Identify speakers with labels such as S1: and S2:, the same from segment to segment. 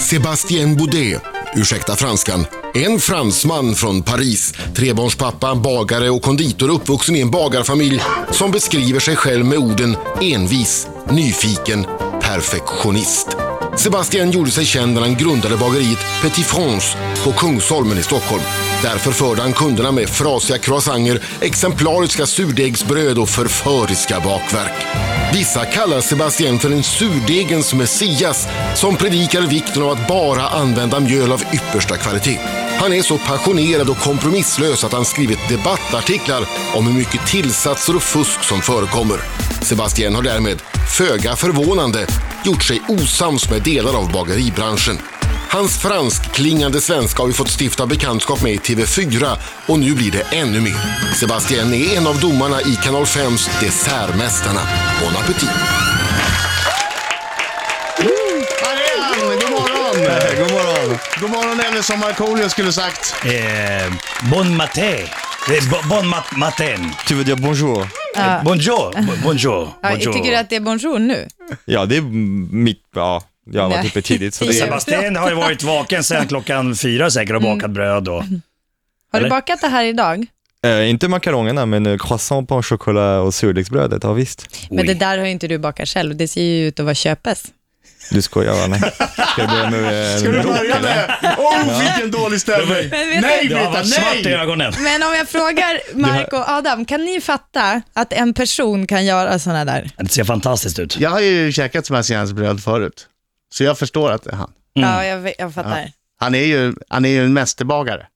S1: Sébastien Boudet, ursäkta franskan, en fransman från Paris, trebarnspappa, bagare och konditor uppvuxen i en bagarfamilj som beskriver sig själv med orden envis, nyfiken, perfektionist. Sebastian gjorde sig känd när han grundade bageriet Petit France på Kungsholmen i Stockholm. Där förförde han kunderna med frasiga croissanger, exemplariska surdegsbröd och förföriska bakverk. Vissa kallar Sebastian för en surdegens Messias som predikar vikten av att bara använda mjöl av yppersta kvalitet. Han är så passionerad och kompromisslös att han skrivit debattartiklar om hur mycket tillsatser och fusk som förekommer. Sebastian har därmed, föga förvånande, gjort sig osams med delar av bageribranschen. Hans franskklingande svenska har vi fått stifta bekantskap med i TV4 och nu blir det ännu mer. Sebastian är en av domarna i Kanal 5s Dessertmästarna. Bon appétit!
S2: Här är han! God morgon!
S3: Eh,
S2: God morgon! Eh, God morgon eller som Markoolio skulle sagt.
S4: Eh, bon matin. Eh, bo- Bon mat matin.
S3: Tu veux dire bonjour?
S4: Eh, Bonjour. bo- Bonjour.
S5: Ah. Ja,
S4: bonjour.
S5: tycker du att det är bonjour nu?
S3: Ja, det är m- mitt... Ja, jag har varit
S5: Nej.
S3: uppe tidigt. Så det är,
S4: Sebastian har ju varit vaken sedan klockan fyra säkert och
S5: Mm.
S4: bakat bröd och...
S5: Har du
S4: Eller?
S5: bakat det här idag?
S3: eh, inte makarongerna, men eh, croissant, pain au chocolat och surdegsbrödet. Ja, visst.
S5: Men
S4: Oj.
S5: det där har ju inte du bakat själv. Det ser ju ut att vara köpes.
S3: Du skojar va? Nej. Ska jag börja med... eh,
S2: Ska du
S3: bråk,
S2: börja
S3: eller?
S2: med? Åh, vilken dålig stämning!
S5: Men vet
S2: Nej,
S5: du-
S4: Det har
S2: Brita,
S4: varit svart i
S2: nej!
S4: ögonen.
S5: Men om jag frågar Marco och Adam, kan ni fatta att en person kan göra sådana där?
S4: Det ser fantastiskt ut.
S2: Jag har ju käkat Sebastians bröd förut, så jag förstår att det är han.
S5: Ja, jag, vet- jag fattar.
S2: Han är ju, han är ju en mästerbagare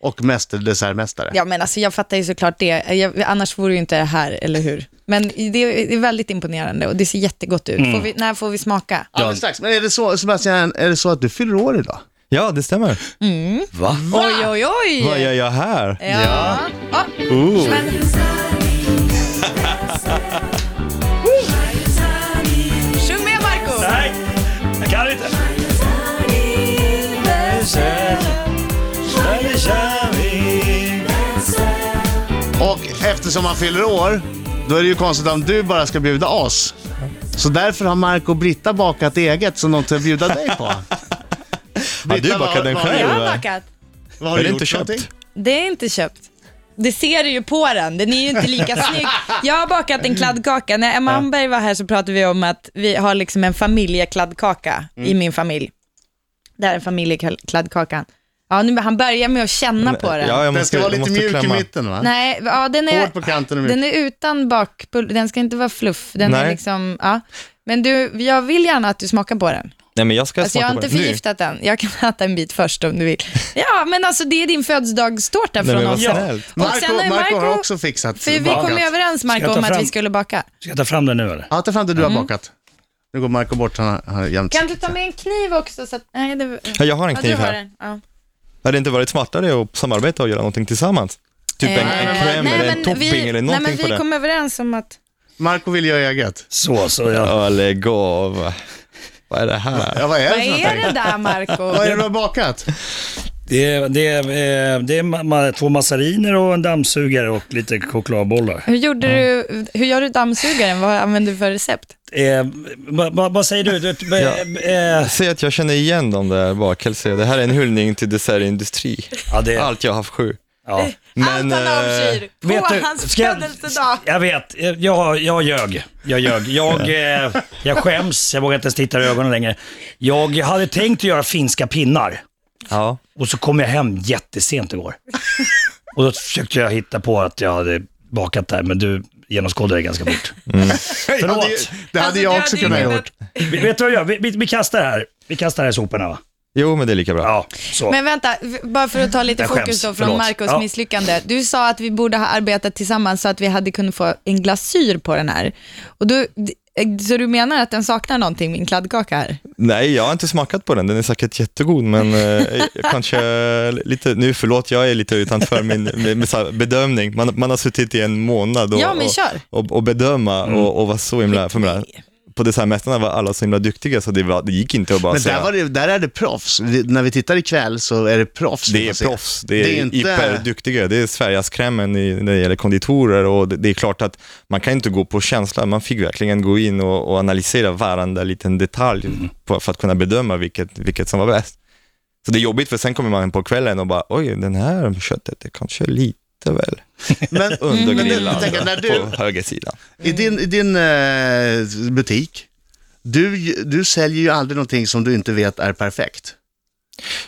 S2: och mästerdessertmästare.
S5: Ja, men alltså jag fattar ju såklart det. Jag, annars vore ju inte det här, eller hur? Men det, det är väldigt imponerande och det ser jättegott ut. Får vi, när får vi smaka?
S2: Alldeles strax. Men är det så, Sebastian, är det så att du fyller år idag?
S3: Ja, det stämmer.
S4: Va?
S5: Oj, oj, oj!
S3: Vad gör jag här?
S5: Ja. ja. Men, sjung med Marco
S4: Nej, jag kan inte.
S2: Och eftersom han fyller år, då är det ju konstigt om du bara ska bjuda oss. Så därför har Marco och Britta bakat eget som de ska bjuda dig på.
S3: Har du bakat den
S5: Jag
S3: själv?
S5: har
S3: va?
S5: bakat.
S2: Vad har
S3: Är
S2: du
S3: det
S2: gjort
S3: inte
S2: för någonting?
S3: köpt?
S5: Det är inte köpt. Det ser du ju på den, den är ju inte lika snygg. Jag har bakat en kladdkaka. När Emma Hamberg var här så pratade vi om att vi har liksom en familjekladdkaka i min familj. Det här är familjekladdkakan. Ja, nu, han börjar med att känna på den.
S3: Ja, jag
S2: Den
S3: måste,
S2: ska vara
S3: jag
S2: lite
S3: måste
S2: mjuk
S3: klämma.
S2: i mitten va?
S5: Nej, ja, den är,
S2: Hård på kanten och mjuk.
S5: den är utan bakpulver, den ska inte vara fluff. Den är
S3: Nej.
S5: liksom, ja. Men du, jag vill gärna att du smakar på den.
S3: Nej, men jag ska
S5: Alltså, jag
S3: smaka
S5: har
S3: på
S5: inte
S3: den. Nu.
S5: förgiftat den. Jag kan äta en bit först om du vill. Ja, men alltså det är din födelsedagstårta
S3: Nej,
S5: från
S3: men vad
S5: oss.
S3: snällt.
S5: Och sen
S2: Marco,
S5: har ju
S2: Marco har
S5: Marco-
S2: också fixat
S5: För vi
S2: bakat.
S5: kom ju överens Marco
S4: Ska jag ta
S5: om att vi
S4: fram-
S5: skulle baka.
S4: Ska jag ta fram den nu eller?
S2: Ja, ta fram det du har bakat. Nu går Marco bort, han har, han har jämt
S5: Mm. Kan du ta med en kniv också? Så att, nej, det,
S3: Ja, jag har en
S5: ja, du
S3: kniv
S5: har
S3: här. Typ
S5: den. Ja.
S3: Hade det inte varit smartare att samarbeta och göra någonting tillsammans? Typ en, en kräm eller en topping eller någonting
S5: nej, men
S3: på
S5: Eh, vi
S3: den.
S5: kom överens om att...
S2: Marco vill göra eget.
S4: Så, så ja.
S3: Ja, lägg av. eh, Vad är det här?
S2: Ja, vad är
S5: Vad
S2: det för
S5: är
S2: någonting?
S5: det där Marco?
S2: Vad är det du har bakat?
S4: Det är, det är, eh, det är ma- ma- två massariner och en dammsugare och lite chokladbollar.
S5: Hur, gjorde du, hur gör du dammsugaren? Vad använder du för recept?
S4: Eh, va- va- vad säger du? du va-
S3: Ja.
S4: eh,
S3: Säg att jag känner igen de där bakelserna. Det här är en hyllning till dessertindustri.
S4: ja, det,
S3: Allt jag har haft sju.
S4: ja.
S3: Men,
S5: Allt han
S3: eh,
S5: avskyr på
S4: Vet du,
S5: hans
S4: ska jag-
S5: födelsedag.
S4: Jag vet, eh, jag, jag ljög. Jag ljög. Jag, eh, jag skäms, jag vågar inte ens titta i ögonen längre. Jag hade tänkt att göra finska pinnar
S3: ja.
S4: och så kom jag hem jättesent igår. Och då försökte jag hitta på att jag hade bakat det här, men du genomskådade det ganska fort.
S2: Det hade, ju- det hade
S5: Alltså,
S2: jag
S5: du
S2: också
S5: hade ju
S2: kunnat
S5: kunnat-
S2: gjort.
S4: Vi- Vet du vad jag gör? Vi, vi, vi kastar det här. Vi kastar det här i soporna va?
S3: Jo, men det är lika bra.
S4: Ja, så.
S5: Men vänta, v- bara för att ta lite
S4: Jag skäms,
S5: fokus då från
S4: förlåt.
S5: Marcos
S4: Ja.
S5: misslyckande. Du sa att vi borde ha arbetat tillsammans så att vi hade kunnat få en glasyr på den här. Och du, d- eh, så du menar att den saknar någonting, min kladdkaka här?
S3: Nej, jag har inte smakat på den. Den är säkert jättegod, men eh, kanske lite... Nu, förlåt, jag är lite utanför min med, med så här bedömning. Man, man har suttit i en månad och,
S5: Ja, men
S3: och,
S5: kör.
S3: och, och bedöma och, och vara så himla... För mig, på dessertmästarna var alla så himla duktiga så det, var, det gick inte att bara
S2: Men
S3: säga.
S2: där, var det, där är det proffs. Vi, när vi tittar ikväll så är det proffs. vi
S3: Det är
S2: får se.
S3: proffs, det är,
S2: inte-
S3: hyperduktiga, det är Sverigeaskrämmen i- när det gäller konditorer och det, det är klart att man kan inte gå på känsla, man fick verkligen gå in och, och analysera varenda liten detalj
S2: Mm.
S3: på, för att kunna bedöma vilket, vilket som var bäst. Så det är jobbigt för sen kommer man på kvällen och bara, oj den här köttet är kanske lite väl
S2: Men
S3: undergrillad
S2: jag tänker, när du-
S3: på högersidan.
S2: i din, i din eh, butik, du, du säljer ju aldrig någonting som du inte vet är perfekt.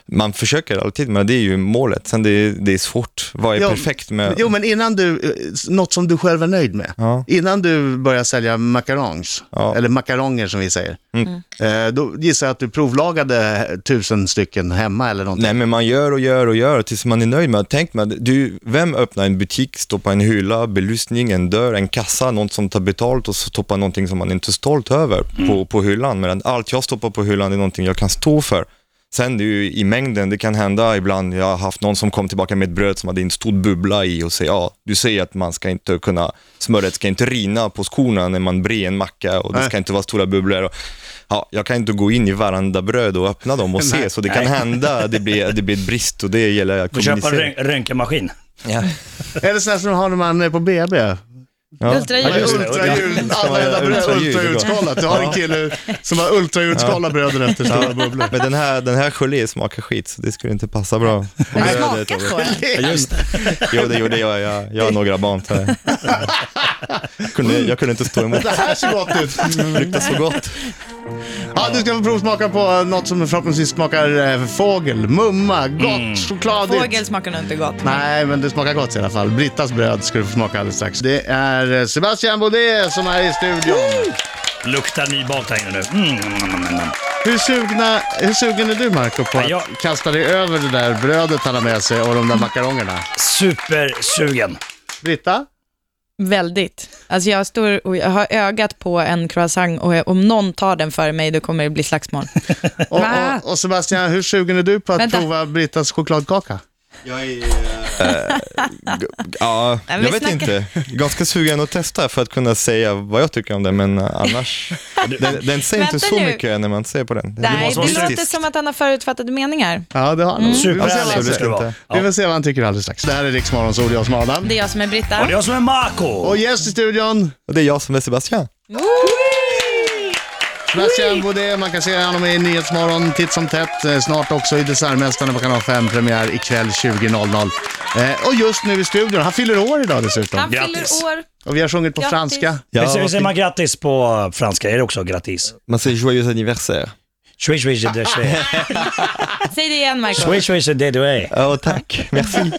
S3: Man försöker alltid, men det är ju målet. Sen det är, det är svårt, vad är
S2: Jo,
S3: perfekt med...
S2: Jo, men innan du, eh, något som du själv är nöjd med.
S3: Ja.
S2: Innan du börjar sälja macarons,
S3: Ja. Mm.
S2: eller makaronger som vi säger,
S4: Mm.
S2: eh, då gissar jag att du provlagade eh, tusen stycken hemma eller någonting.
S3: Nej, men man gör och gör och gör tills man är nöjd med att tänk med, du, vem öppnar en butik, stoppar en hylla, belysning, en dörr, en kassa, någon som tar betalt och så stoppar någonting som man inte är stolt över på, på hyllan. Medan allt jag stoppar på hyllan är någonting jag kan stå för. Sen det är ju i mängden, det kan hända ibland, jag har haft någon som kom tillbaka med ett bröd som hade en stor bubbla i och säger ja, du säger att man ska inte kunna, smöret ska inte rina på skorna när man brer en macka och det ska inte vara stora bubblor. Och, ja, jag kan inte gå in i varenda bröd och öppna dem och se, så det kan hända att det blir, det blir brist och det gäller att
S4: Får köpa en
S3: kommunicera.
S4: rön- röntgenmaskin.
S3: Ja.
S2: Eller sådär som de har när man är på BB.
S3: Ja.
S5: Ultraljud.
S4: Ja, just det.
S2: Ultraljud,
S3: ska vara
S2: använda bröd,
S3: ultraljud, det är bra.
S2: ultraljudskalat. Du har en kille som har ultraljudsskalat bröden efter stora bubblor.
S3: Men den här, den här gelé smakar skit, så det skulle inte passa bra.
S5: Men det
S3: Brödet
S5: smakar
S3: och-
S5: så.
S3: Ja, just det. Jo, det gjorde jag. Jag, jag har några barn. Så här. Jag, kunde, jag kunde inte stå emot.
S2: Det här ser gott ut.
S3: Det luktar så gott.
S2: Ja, du ska få provsmaka på något som förhoppningsvis smakar eh, fågel, mumma,
S4: Mm.
S2: gott, chokladigt.
S5: Fågel smakar nog inte gott.
S2: Nej, men det smakar gott i alla fall. Brittas bröd ska du få smaka alldeles strax. Det är eh, Sebastian Baudet som är i studion.
S4: Luktar nybakt här inne nu. Mm, mm, mm, mm.
S2: Hur, sugna, hur sugen är du, Marco på att
S4: Ja.
S2: kasta dig över det där brödet han har med sig och de där makarongerna?
S4: Supersugen.
S2: Britta?
S5: Väldigt. Alltså jag, står och jag har ögat på en croissant och om någon tar den för mig då kommer det bli slagsmål.
S2: Och,
S5: Va?
S2: och, och Sebastian, hur sugen är du på att
S5: Vänta.
S2: prova Brittas chokladkaka?
S3: Ja,
S5: men vi
S3: jag vet
S5: snackar-
S3: inte. Ganska sugen att testa för att kunna säga vad jag tycker om den, men eh, annars. Den, den säger inte
S5: Vänta
S3: så
S5: nu.
S3: mycket när man ser på den. Det
S5: Nej,
S4: måste
S5: det
S4: vara
S5: låter
S3: mystiskt.
S5: som att han har förutfattade meningar.
S2: Ja, det har han. Vi får se vad han
S4: Superhärlig Mm. ska
S2: säger.
S4: du vara.
S2: Vi får se vad han tycker alldeles strax. Det här är Rix Morgonzoo, det är jag som är Adam.
S5: Det är jag som är
S4: Och det är
S5: Britta.
S4: jag som är Marco.
S2: Och gäst i studion,
S3: Och det är jag som är Sebastian.
S2: Sebastian Baudet. Man kan se honom i Nyhetsmorgon titt som tätt. Eh, Snart också i Dessertmästarna på Kanal 5, premiär ikväll 20.00. Eh, och just nu i studion, han fyller år idag
S5: Han
S2: dessutom.
S4: Grattis.
S5: fyller år.
S2: Och vi har sjungit på
S5: Grattis.
S2: franska.
S4: Hur säger-
S3: Ja,
S4: hur säger man grattis på franska? Är det också grattis?
S3: man säger joyeux anniversaire.
S4: Swish, swish, de swish.
S5: Säg det igen Marco.
S4: Swish, swish, de de
S3: Ja, och tack. Merci.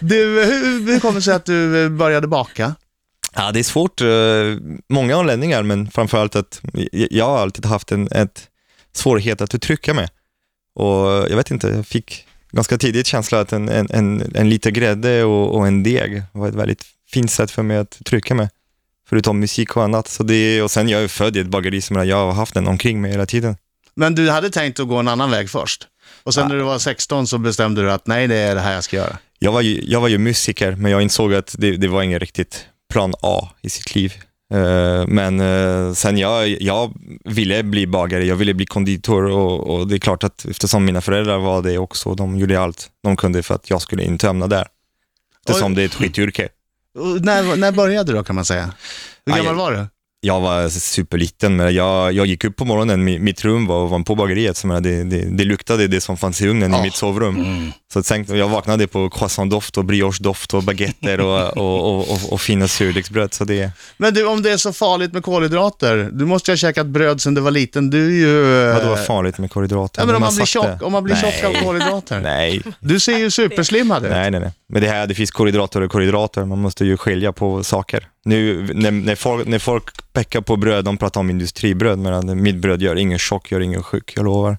S2: Du, hur, hur kommer det sig att du eh, började baka?
S3: Ja, det är svårt. eh, Många anledningar, men framförallt att jag- jag har alltid haft en ett svårighet att uttrycka mig. Och jag vet inte, jag fick ganska tidigt känslan att en, en, en, en liten grädde och, och en deg var ett väldigt fint sätt för mig att uttrycka mig. Förutom musik och annat. Så det, och sen jag är född i ett bageri, som jag har haft den omkring mig hela tiden.
S2: Men du hade tänkt att gå en annan väg först. Och sen när du var 16 så bestämde du att nej, det är det här jag ska göra.
S3: Jag var ju, jag var ju musiker, men jag insåg att det, det var ingen riktigt plan A i sitt liv. Eh, men eh, sen jag, jag ville bli bagare, jag ville bli konditor och, och det är klart att eftersom mina föräldrar var det också, de gjorde allt de kunde för att jag skulle inte hamna där. Eftersom det är ett skityrke.
S2: Och när, när började du då kan man säga? Hur
S3: Aj,
S2: gammal
S3: aj.
S2: var du?
S3: Jag var superliten, men jag, jag gick upp på morgonen, mi- mitt rum var ovanpå bageriet, så jag menar, det, det, det luktade det som fanns i ugnen i mitt sovrum.
S2: Mm.
S3: Så att sen, jag vaknade på croissantdoft och briochedoft och baguetter och, och, och, och, och fina surdegsbröd. Så det,
S2: Men du, om det är så farligt med kolhydrater, du måste ju ha käkat bröd sedan du var liten. Du är ju... eh,
S3: Vadå var farligt med kolhydrater?
S2: Ja, men om
S3: Man
S2: man blir
S3: sakta-
S2: tjock, om man blir
S3: nej,
S2: tjock av kolhydrater.
S3: Nej,
S2: Du ser ju superslimmad ut.
S3: nej, nej, nej. Men det här, det finns kolhydrater och kolhydrater. Man måste ju skilja på saker. Nu, när, när, folk, när folk pekar på bröd, de pratar om industribröd, medan mitt bröd gör ingen tjock, gör ingen sjuk, jag lovar.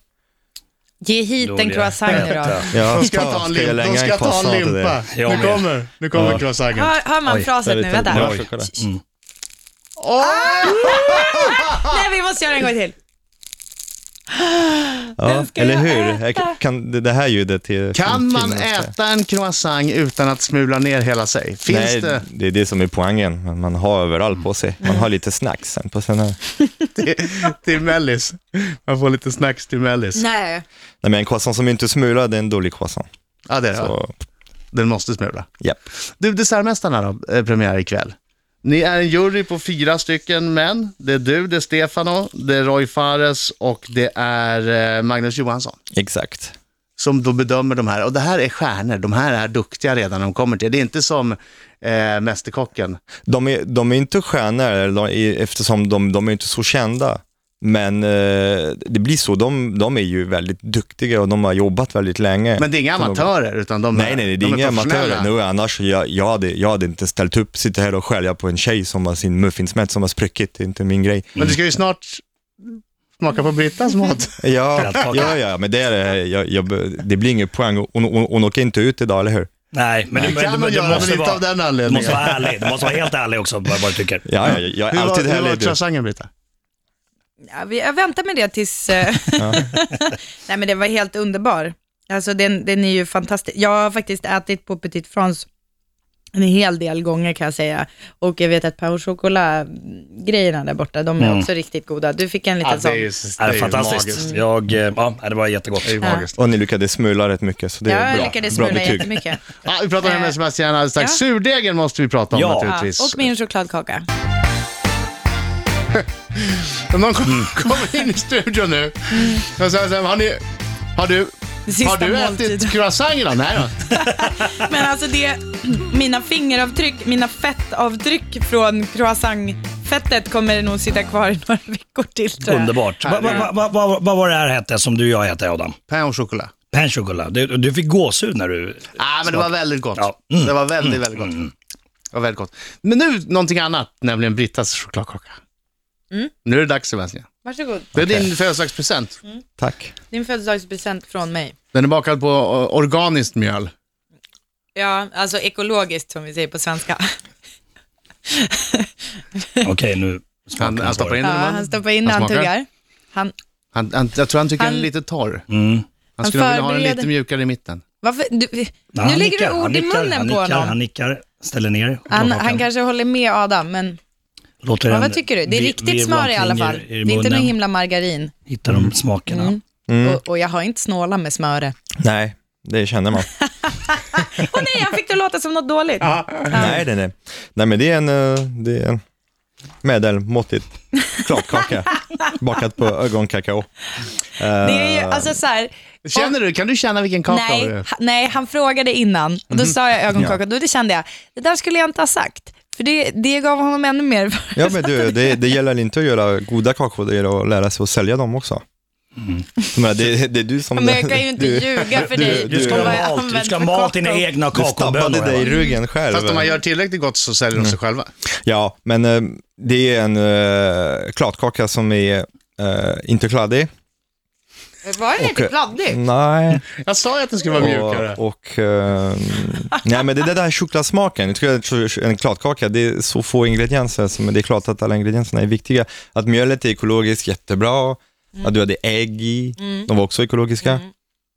S5: Ge hit en
S4: Dåliga.
S5: croissant nu då.
S3: Ja,
S2: De ska ta en
S3: jag
S2: limpa.
S3: lägga
S2: De ska ta
S3: croissant
S2: en
S3: till dig?
S2: limpa.
S4: Jag
S2: Nu
S4: med.
S2: kommer, nu kommer
S3: Ja.
S2: croissanten.
S5: Hör, hör man
S4: Oj,
S5: fraset nu? Vänta.
S3: Oj.
S2: Åh!
S5: Nej, vi måste göra en gång till.
S3: Ja,
S5: ska
S3: eller
S5: jag
S3: hur? Jag
S5: äta.
S3: Kan, det det här ljudet till
S2: Kan
S3: till-
S2: man
S3: till-
S2: äta en croissant utan att smula ner hela sig? Finns
S3: Nej,
S2: det?
S3: det är det som är poängen. Man- Man har överallt på sig. Man har lite snacks sen på sen här.
S2: till, till mellis. Man får lite snacks till mellis.
S5: Nej.
S3: Nej, men en croissant som inte smular, det är en dålig croissant.
S2: Ja, det är det.
S3: Så,
S2: Den måste smula.
S3: japp.
S2: Du, Dessertmästarna då, eh, premiär ikväll. Ni är en jury på fyra stycken män. Det är du, det är Stefano, det är Roy Fares och det är eh, Magnus Johansson.
S3: Exakt.
S2: Som då bedömer de här. Och det här är stjärnor. De här är duktiga redan när de kommer till. Det är inte som eh, Mästerkocken.
S3: De är, de är inte stjärnor eller de är, eftersom de, de är inte så kända. Men eh, det blir så. De, de är ju väldigt duktiga och de har jobbat väldigt länge.
S2: Men det är inga
S3: Så de-
S2: amatörer, utan de
S3: Nej, nej, nej, det är
S2: de
S3: inga
S2: professionella.
S3: amatörer nu. Annars, jag, jag, hade, jag hade inte ställt upp, sitta här och skälla på en tjej som har sin muffinsmätt som har spruckit. Det är inte min grej.
S2: Men du ska ju snart smaka på Brittas mat.
S3: Ja,
S4: Kladdkaka.
S3: ja, ja, men det, är, det. jag, jag, det blir ingen poäng. Hon, hon, hon åker inte ut idag, eller hur?
S4: Nej, men du,
S2: Det kan
S4: men
S2: man
S4: du, du
S2: göra, men
S4: måste
S2: inte
S4: vara,
S2: av den
S4: du måste
S2: anledningen.
S4: vara ärlig. Du måste vara helt ärlig också vad, vad du tycker.
S3: Ja, ja, jag är
S2: Hur var,
S3: alltid
S2: hur var
S3: härlig. du.
S2: croissanten, Britta?
S5: Ja, vi, jag väntar med det tills... eh, Nej men det var helt underbar. Alltså den, den är ju fantastisk. Jag har faktiskt ätit på Petit France en hel del gånger kan jag säga. Och jag vet att Pau Chocolat-grejerna där borta, de är också riktigt goda. Du fick en liten sån.
S4: Det är fantastiskt. Jag, eh, ja, det var jättegott.
S2: Det är ju magiskt.
S3: Och ni lyckades smula rätt mycket, så det är
S5: jag
S3: bra.
S5: lyckades
S3: bra
S5: smula
S3: betyg.
S5: jättemycket.
S2: Ja, vi pratar om
S5: Eh,
S2: sms igen alldeles strax.
S5: ja.
S2: Surdegen måste vi prata om
S4: Ja.
S5: Ja,
S2: naturligtvis.
S5: och min chokladkaka.
S2: Om någon kom- kommer in i studion nu och säger så här, har ni... Har du,
S5: Mm. Sista
S2: har du
S5: måltiden.
S2: ätit croissant idag? Nej då.
S5: Men alltså det, mina fingeravtryck, mina fettavtryck från croissantfettet kommer nog sitta kvar i några veckor till tror jag.
S4: Underbart. Vad va, va, va, va, vad var det här hette som du och jag hette, Adam?
S2: Pain au chocolat.
S4: Pain chocolat. Du, du fick gåshud när du...
S2: Ah, men det var väldigt gott.
S4: Ja. Mm.
S2: Det var väldigt, väldigt gott. Det var väldigt gott. Men nu någonting annat, nämligen Brittas chokladkaka.
S5: Mm.
S2: Nu är det dags sms igen.
S5: Varsågod,
S2: Det är din födelsedagspresent.
S5: Mm.
S3: Tack.
S5: din födelsedagspresent från mig.
S2: Den är bakad på eh, organiskt mjöl.
S5: Ja, alltså ekologiskt som vi säger på svenska.
S4: Okej, nu smakar
S2: Han,
S4: det
S2: han stoppar in
S5: Ja,
S2: den i munnen.
S5: han stoppar in när
S2: Han
S5: han
S2: smakar.
S5: tuggar. Han,
S2: Han, han, jag tror han tycker den är
S5: Han-
S2: lite torr.
S4: Mm.
S2: Han skulle vilja ha den
S5: förbereder-
S2: lite mjukare i mitten.
S5: varför, du,
S4: Nej,
S5: nu
S4: han
S5: lägger
S4: nickar,
S5: du
S4: han
S5: ord i
S4: nickar,
S5: munnen
S4: han
S5: på
S4: nickar, Han
S5: honom.
S4: nickar, ställer ner
S5: Han,
S4: chokladkakan.
S5: han kanske håller med Adam, men
S4: Låter
S5: ja,
S4: den
S5: vad tycker du? Det är
S4: vi-
S5: riktigt
S4: virvla
S5: smör i alla
S4: omkring
S5: fall.
S4: i-
S5: Det
S4: i
S5: är inte någon
S4: munnen.
S5: himla margarin. Mm.
S4: Hittar de smakerna.
S5: Och, och jag har inte snåla med smöre.
S3: Nej, det känner man.
S5: Åh nej, han fick det att låta som något dåligt.
S3: Nej, nej, nej. Nej, men det är en, eh, det är en medelmåttigt kladdkaka bakat på ögonkakao.
S5: Det är ju, alltså så här,
S2: Känner du, kan du känna vilken kaka
S5: nej,
S2: det är?
S5: ha- nej, han frågade innan och då
S3: Mhm.
S5: sa jag ögonkaka och då det kände jag, det där skulle jag inte ha sagt. För det, det gav honom ännu mer.
S3: Ja, men du, det, det gäller inte att göra goda kakor, det gäller att lära sig att sälja dem också.
S2: Mm.
S3: Jag menar, det, det är du som...
S5: Men jag kan ju inte
S3: du,
S5: ljuga för
S3: du-
S5: dig.
S4: Du ska
S5: Och
S4: ha
S5: vad jag
S4: malt, du
S5: använt
S4: ska ha
S5: för
S4: malt dina
S5: kakao.
S4: egna
S3: du stabbade
S4: kakaobönor. här,
S3: dig i
S4: va?
S3: ryggen själv.
S2: Fast om man gör tillräckligt gott så säljer de sig själva.
S3: Ja, men eh, det är en uh, kladdkaka som är eh, inte kladdig.
S5: Var den inte
S3: Och-
S5: kladdig?
S3: Nej.
S2: Jag sa ju att den skulle vara mjukare.
S3: Och, och, eh, nej, men det är den där chokladsmaken. Jag tycker att en kladdkaka, det är så få ingredienser, så- men det är klart att alla ingredienserna är viktiga. Att mjölet är ekologiskt, jättebra.
S5: Mm.
S3: Att du hade ägg i, de var också ekologiska.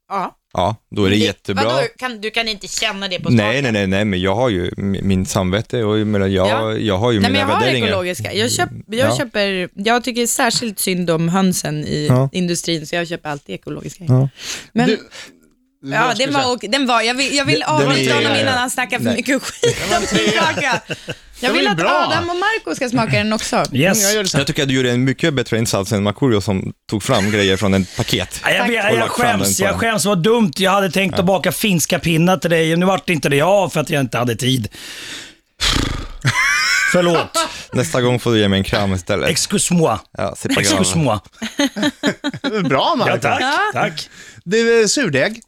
S5: Ja.
S3: Ja, då är det jättebra.
S5: Vadå, kan, du kan inte känna det på
S3: Nej, nej, nej, nej, men jag har ju mi- min samvete och jag, menar, jag,
S5: Ja.
S3: jag har ju
S5: Nej, men
S3: mina
S5: jag har
S3: värderingar. Mm,
S5: ekologiska. Jag, köp, jag,
S3: Ja.
S5: köper, jag tycker särskilt synd om hönsen i
S3: Ja.
S5: industrin, så jag köper alltid ekologiska.
S3: Ja.
S5: Men,
S2: Du-
S5: ja, den var, ok- den var, jag vill, jag vill avbryta
S3: är-
S5: honom innan han snackar för
S3: nej.
S5: mycket skit om sin kaka. Jag
S2: var
S5: vill
S2: ju
S5: att
S2: bra.
S5: Adam och Marco ska smaka den också.
S4: Yes.
S2: Jag gör det sen.
S3: Jag tycker att du gjorde en mycket bättre insats än Mercurio som tog fram grejer från ett paket.
S4: Ja, Jag, vet, jag,
S3: Och lagt fram den
S4: skäms,
S3: på
S4: jag
S3: den.
S4: skäms. Vad dumt. Jag hade tänkt att baka finska pinnar till dig. Nu vart det inte det av för att jag inte hade tid. Förlåt.
S3: Nästa gång får du ge mig en kram istället.
S4: Excuse moi.
S3: ja, c'est pas
S4: Excuse
S3: grave.
S4: moi.
S2: Bra
S4: Ja,
S2: Marco.
S4: tack. tack.
S2: Du, eh, surdeg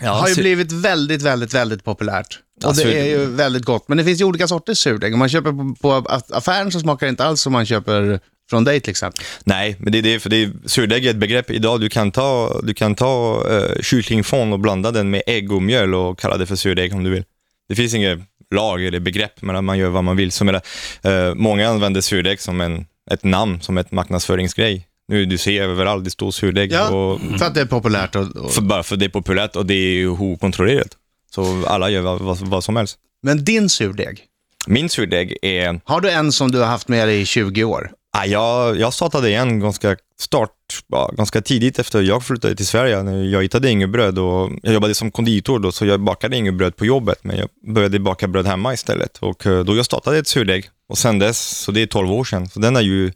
S3: Ja,
S2: har ju
S3: sy-
S2: blivit väldigt, väldigt, väldigt populärt. Och det
S3: surdeg.
S2: är ju väldigt gott. Men det finns ju olika sorters surdeg. Om man köper på, på a- affären så smakar det inte alls som man köper från dig till exempel.
S3: Nej, men det är det, för det är, surdeg är ett begrepp idag. Du kan ta, du kan ta uh, kycklingfond och blanda den med ägg och mjöl och kalla det för surdeg om du vill. Det finns inget lag eller begrepp, men man gör vad man vill. Så menar, eh, många använder surdeg som en, ett namn, som ett marknadsföringsgrej. Nu du ser överallt, det står surdeg
S2: Ja,
S3: och
S2: för att det är populärt. Och, och.
S3: för, bara för det är populärt och det är ju okontrollerat. Så alla gör vad, vad, vad som helst.
S2: Men din surdeg,
S3: Min surdeg är,
S2: har du en som du har haft med dig i 20 år?
S3: ah, jag, jag startade igen ganska start, ja, ganska tidigt efter jag flyttade till Sverige. När Jag hittade inget bröd och jag jobbade som konditor då, så jag bakade inget bröd på jobbet, men jag började baka bröd hemma istället. Och eh, då jag startade ett surdeg och sen dess, så det är 12 år sedan, så den har ju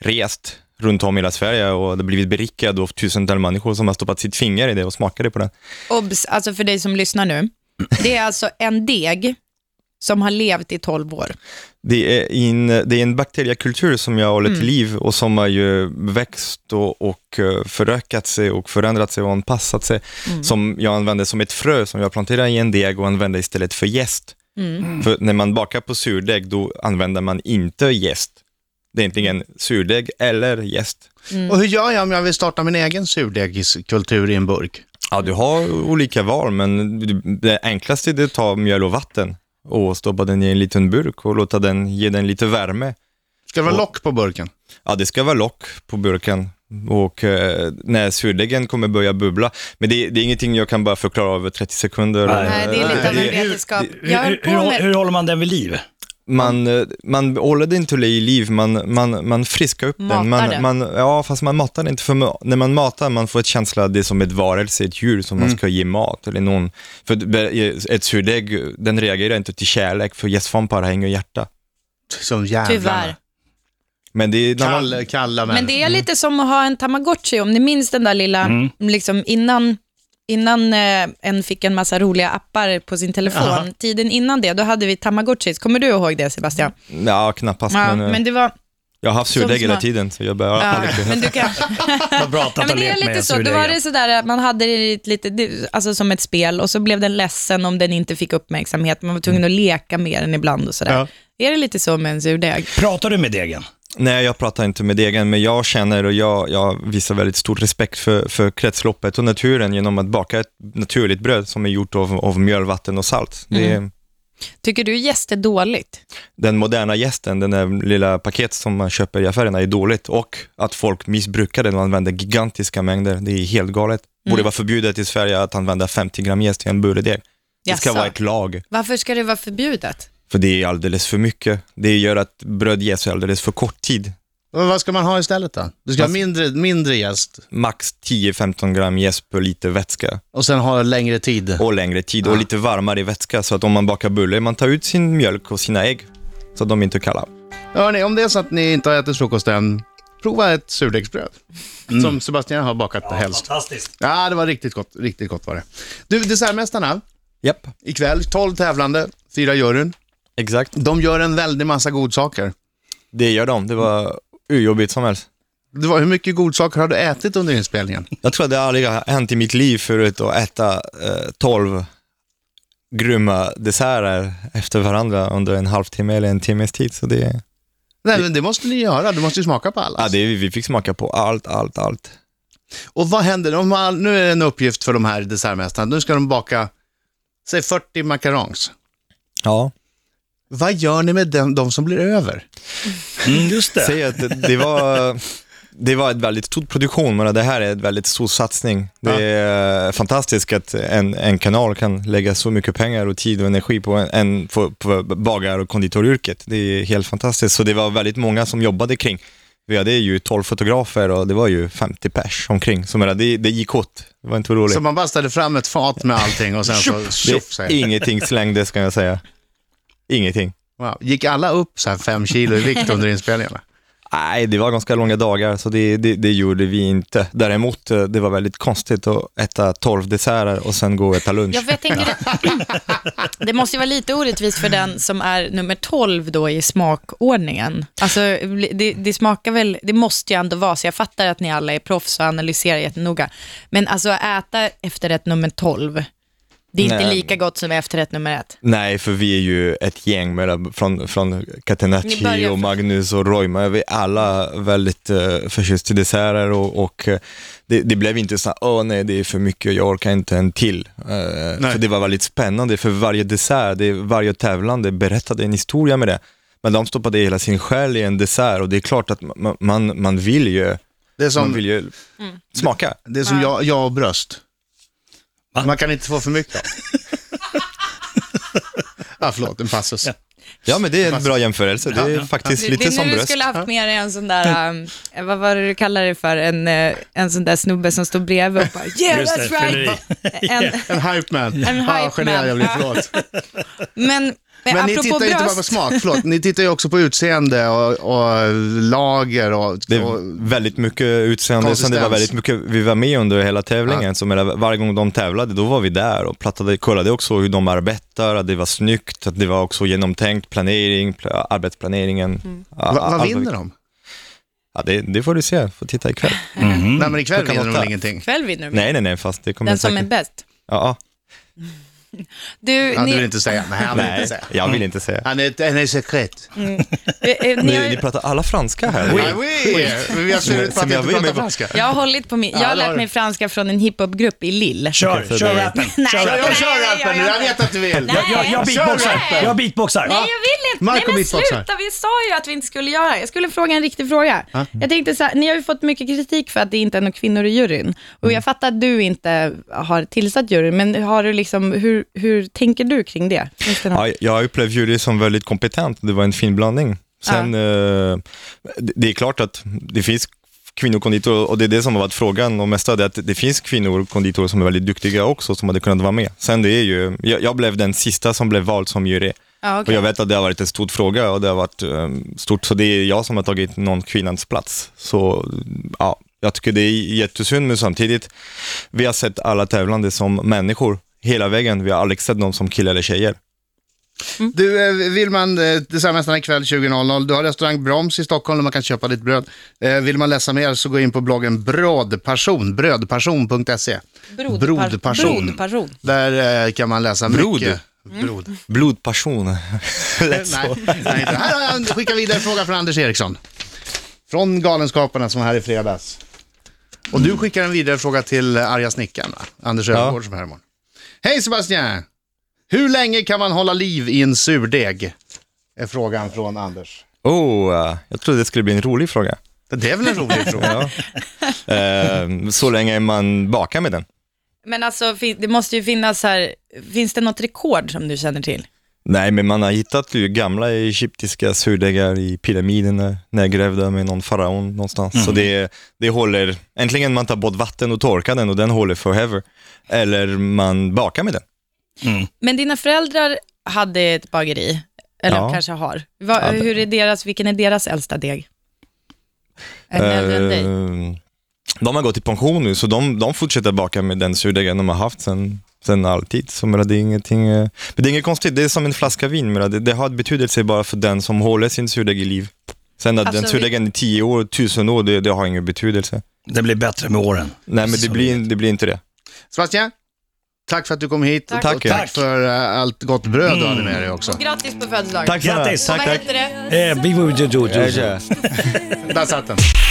S3: rest runt om i hela Sverige och det har blivit berikad av tusentals människor som har stoppat sitt finger i det och smakade på den.
S5: Obs, alltså för dig som lyssnar nu. Det är alltså en deg som har levt i 12 år.
S3: Det är, en, det är en bakteriekultur som jag håller till liv och som har ju växt och, och eh, förökat sig och förändrat sig och anpassat sig. Som jag använder som ett frö som jag planterar i en deg och använder istället för jäst. För när man bakar på surdeg då använder man inte jäst. Det är antingen surdeg eller jäst.
S2: Och hur gör jag om jag vill starta min egen surdegskultur i en burk?
S3: Ja, du har olika val, men det enklaste är att ta mjöl och vatten och stoppa den i en liten burk och låta den ge den lite värme.
S2: Ska det vara lock på burken?
S3: Ja, det ska vara lock på burken och eh, när surdegen kommer börja bubbla. Men det, det är ingenting jag kan bara förklara över 30 sekunder. Eh,
S4: Nej.
S5: Nej, det är lite av en vetenskap. Jag höll
S4: Hur,
S5: på
S4: hur,
S5: med...
S4: hur håller man den vid liv?
S3: Man, eh, man håller det inte i liv, man, man, man friskar upp
S5: Matar
S3: den. Man,
S5: det.
S3: Man, ja, fast man matar det inte. För ma- när man matar, man får ett känsla att det är som ett varelse, ett djur som man ska ge mat. Eller någon. För det- eh, ett surdeg, den reagerar inte till kärlek, för gästvampar har inget hjärta.
S2: Som jävlarna.
S5: Tyvärr.
S3: Men det är... när man-
S2: Kalla, kalla
S5: Men mm.
S2: människor.
S5: det är lite som att ha en tamagotchi, om ni minns den där lilla, liksom innan, innan eh, en fick en massa roliga appar på sin telefon, tiden innan det, då hade vi tamagotchis. Kommer du ihåg det Sebastian?
S3: Ja, knappast.
S5: Ja,
S3: men, eh,
S5: men det var...
S3: jag har haft
S5: som
S3: surdeg hela
S5: smak.
S3: tiden, så jag börjar
S5: Ja, men du kan...
S4: Vad bra att
S5: Ja,
S4: han har
S5: men det är
S4: lekt
S5: lite
S4: med
S5: så. Då var det
S4: surdegen.
S5: sådär att man hade det i ett lite, det- alltså som ett spel och så blev den ledsen om den inte fick uppmärksamhet. Man var tvungen att leka med den ibland och sådär. Är det lite så med en surdeg?
S4: Pratar du med degen?
S3: Nej, jag pratar inte med degen, men jag känner och jag, jag visar väldigt stor respekt för, för kretsloppet och naturen genom att baka ett naturligt bröd som är gjort av, av mjöl, vatten och salt. Det är
S5: Tycker du jäst är dåligt?
S3: den moderna gästen, den där lilla paket som man köper i affärerna, är dåligt och att folk missbrukar den och använder gigantiska mängder, det är helt galet. Borde vara förbjudet i Sverige att använda 50 gram jäst i en bulle Det ska
S5: Jaså?
S3: vara ett lag.
S5: Varför ska det vara förbjudet?
S3: För det är alldeles för mycket. Det gör att bröd jäser alldeles för kort tid.
S2: Men Vad ska man ha istället då? Du ska ha
S3: Fast-
S2: mindre, mindre jäst
S3: Max 10-15 gram jäst per liter vätska.
S2: och sen ha längre tid.
S3: och längre tid och lite varmare i vätska så att om man bakar bulle, man tar ut sin mjölk och sina ägg så att de inte är kalla.
S2: Hörrni, om det är så att ni inte har ätit frukost än, prova ett surdegsbröd. Som Sebastian har bakat helst.
S4: Fantastiskt.
S2: Ja, det var riktigt gott. Riktigt gott var det. Du, Dessertmästarna,
S3: Japp,
S2: ikväll, 12 tävlande, fyra juryn.
S3: exakt.
S2: De gör en väldig massa godsaker.
S3: Det gör de. Det var hur jobbigt som helst.
S2: Det var, hur mycket godsaker har du ätit under inspelningen?
S3: Jag tror att det aldrig har hänt i mitt liv förut att äta eh, 12 grymma desserter efter varandra under en halvtimme eller en timmes tid. Så det,
S2: Nej, men det måste ni göra. Du måste ju smaka på alla.
S3: ja, det, vi fick smaka på allt, allt, allt.
S2: Och vad händer? Om man, nu är det en uppgift för de här dessertmästarna. Nu ska de baka, säg 40 macarons.
S3: Ja.
S2: Vad gör ni med dem, de som blir över?
S4: Mm, just det.
S3: säga att det- det var, det var ett väldigt stor produktion, men det här är en väldigt stor satsning. Det är fantastiskt att en, en kanal kan lägga så mycket pengar och tid och energi på, en, en, på, på bagar och konditoryrket. Det är helt fantastiskt. Så det var väldigt många som jobbade kring. Vi hade ju 12 fotografer och det var ju 50 pers omkring. Så jag menar, det, det gick åt. Det var inte roligt.
S2: Så man bara ställer fram ett fat med allting och sen så tjoff
S3: det,
S2: säger det.
S3: ingenting slängdes kan jag säga. Ingenting.
S2: wow. Gick alla upp så här fem kilo i vikt under inspelningarna?
S3: Nej, det var ganska långa dagar, så det, det, det gjorde vi inte. Däremot, eh, det var väldigt konstigt att äta 12 desserter och sen gå och äta lunch.
S5: Ja, för jag tänker det, det måste ju vara lite orättvist för den som är nummer 12 då i smakordningen. Alltså, det, det smakar väl, det måste ju ändå vara, så jag fattar att ni alla är proffs och analyserar jättenoga. Men alltså äta efterrätt nummer 12, det är inte
S3: Nej.
S5: lika gott som efterrätt nummer ett.
S3: Nej, för vi är ju ett gäng med, från, från
S5: Ni börjar
S3: Catenacci och
S5: från-
S3: Magnus och Roima. Vi är alla väldigt uh, förtjust i desserter och, och eh, det, det blev inte så här, åh nej, det är för mycket, jag orkar inte en till. Eh, för det var väldigt spännande, för varje dessert, det, varje tävlande berättade en historia med det. Men de stoppade hela sin själ i en dessert och det är klart att ma- ma- man, man vill ju
S2: Det är
S3: Man
S2: som, Mm.
S3: vill
S5: Mm.
S3: ju smaka.
S2: det är som jag, jag och bröst.
S4: Va?
S2: Man kan inte få för mycket. ah, förlåt, en passus.
S3: Ja, men det är en bra jämförelse. Det är faktiskt
S5: Det
S3: lite
S5: är
S3: som
S5: nu du
S3: bröst.
S5: skulle haft med dig en sån där, um, vad var det du kallade det för, en, eh, en sån där snubbe som står bredvid och bara yeah
S4: Just det,
S5: that's right.
S4: fylleri.
S5: En,
S2: En hype man.
S5: En hype
S2: ah, generell jag blev,
S5: man.
S2: förlåt.
S5: men eh,
S2: Men ni
S5: apropå
S2: tittar ju inte bara på
S5: bröst,
S2: smak, förlåt. Ni tittar ju också på utseende och, och lager och...
S3: Det
S2: och
S3: är väldigt mycket utseende, sen det var
S2: Konsistens.
S3: väldigt mycket, vi var med under hela tävlingen, så med, varje gång de tävlade, då var vi där och pratade, kollade också hur de arbetar, att det var snyggt, att det var också genomtänkt planering, pl- arbetsplaneringen.
S5: Mm.
S3: Ja,
S2: vad, vad
S3: allt-
S2: vinner de?
S3: Ja, det, det får du se, får titta ikväll. mm.
S2: Nej, men ikväll
S3: Klockan
S2: vinner de
S3: åtta.
S2: väl ingenting?
S5: kväll vinner du med.
S3: Nej, nej, nej, fast det kommer
S5: Den som är
S3: säkert...
S5: bäst.
S3: Ja,
S5: Du,
S2: Han
S5: ni,
S2: vill inte säga. Nej, han
S3: ja.
S2: vill inte
S3: Nej,
S2: säga.
S3: jag vill inte säga.
S2: Han är, han är sekret.
S5: eh, eh, ni har,
S3: Ni, ni
S5: ju-
S3: pratar alla franska här.
S2: Ah, oui. Vi har slut på att
S3: Som jag
S2: inte
S3: vill,
S2: prata
S3: men-
S2: franska.
S5: jag har hållit på min, jag har
S2: det har
S5: lärt mig
S2: du.
S5: franska från en hiphopgrupp i Lille.
S4: Kör,
S3: så
S4: kör
S3: det-
S4: rappen.
S5: Nej.
S4: Kör
S2: Ja,
S4: rappen.
S2: jag kör rappen nu, jag vet att du vill.
S5: Nej.
S4: Jag, jag, jag
S2: Kör
S4: beatboxar.
S2: rappen.
S4: Jag beatboxar.
S5: Nej, jag vill inte.
S2: Marco
S5: Nej, men
S2: beatboxar.
S5: sluta. Vi sa ju att vi inte skulle göra. Jag skulle fråga en riktig fråga. Jag tänkte så här, ni har ju fått mycket kritik för att det inte är några kvinnor i juryn. Och
S2: Mm.
S5: jag fattar att du inte har tillsatt juryn, men har du liksom, hur, hur tänker du kring det? Finns det något?
S3: Ja, jag upplever jury som väldigt kompetent, det var en fin blandning. Sen, eh, det det är klart att det finns kvinnokonditorer och det är det som har varit frågan och mesta, det är att det finns kvinnokonditorer som är väldigt duktiga också som hade kunnat vara med. Sen det är ju, jag, jag blev den sista som blev vald som jury.
S5: Ja,
S3: Och
S5: okej.
S3: jag vet att det har varit en stor fråga och det har varit eh, stort, så det är jag som har tagit någon kvinnans plats. Så ja, jag tycker det är jättesynd, men samtidigt, vi har sett alla tävlande som människor hela vägen. Vi har aldrig sett någon som killar eller tjejer.
S2: Du, eh, vill man, eh, det är nästan ikväll 20.00, du har restaurang Broms i Stockholm där man kan köpa ditt bröd. Eh, Vill man läsa mer så gå in på bloggen Brodperson, brödperson.se. Brodperson.
S5: Brodperson.
S2: Där eh, kan man läsa
S3: Brod. Mm.
S2: mycket. Brod.
S3: Blodpassion. Lätt så.
S2: Nej, nej, inte. Här har jag en- skickar vidare en fråga från Anders Eriksson. Från Galenskaparna som var här i fredags. Och
S3: Mm.
S2: du skickar en vidare fråga till eh, arga snickaren, va? Anders Öfvergård som är här imorgon. Hej Sebastian! Hur länge kan man hålla liv i en surdeg? Är frågan från Anders.
S3: Oh, eh, jag trodde det skulle bli en rolig fråga.
S2: Det är väl en rolig fråga?
S3: Ja. Eh, så länge man bakar med den.
S5: Men alltså, fin- det måste ju finnas här, finns det något rekord som du känner till?
S3: Nej, men man har hittat ju gamla egyptiska surdegar i pyramiderna nedgrävda med någon faraon någonstans. Så det, det håller, äntligen man tar bort vatten och torkar den och den håller forever. Eller man bakar med den.
S5: Men dina föräldrar hade ett bageri, eller
S3: Ja.
S5: kanske har. Va,
S3: Ja, det-
S5: hur är deras, vilken är deras äldsta deg? Är den äldre än dig?
S3: Eh, de har gått i pension nu, så de, de fortsätter baka med den surdegen de har haft sen, sen alltid. Så men det, är ingenting, eh, men det är inget konstigt, det är som en flaska vin. Men det, det har betydelse bara för den som håller sin surdeg i liv. Sen att
S5: Alltså,
S3: den surdegen i tio år, tusen år, det, det har ingen betydelse.
S4: Det blir bättre med åren.
S3: Nej, men det
S4: Så
S3: blir, det blir inte det.
S2: Sebastian, tack för att du kom hit.
S5: Tack.
S3: Tack,
S2: och
S3: ja.
S2: tack för eh, allt gott bröd du hade med dig också.
S5: Grattis på födelsedagen.
S3: Tack snälla.
S4: Grattis.
S5: Vad heter det?
S4: Eh, vi borde- du- du- du-
S3: Tack.
S2: Där satt den.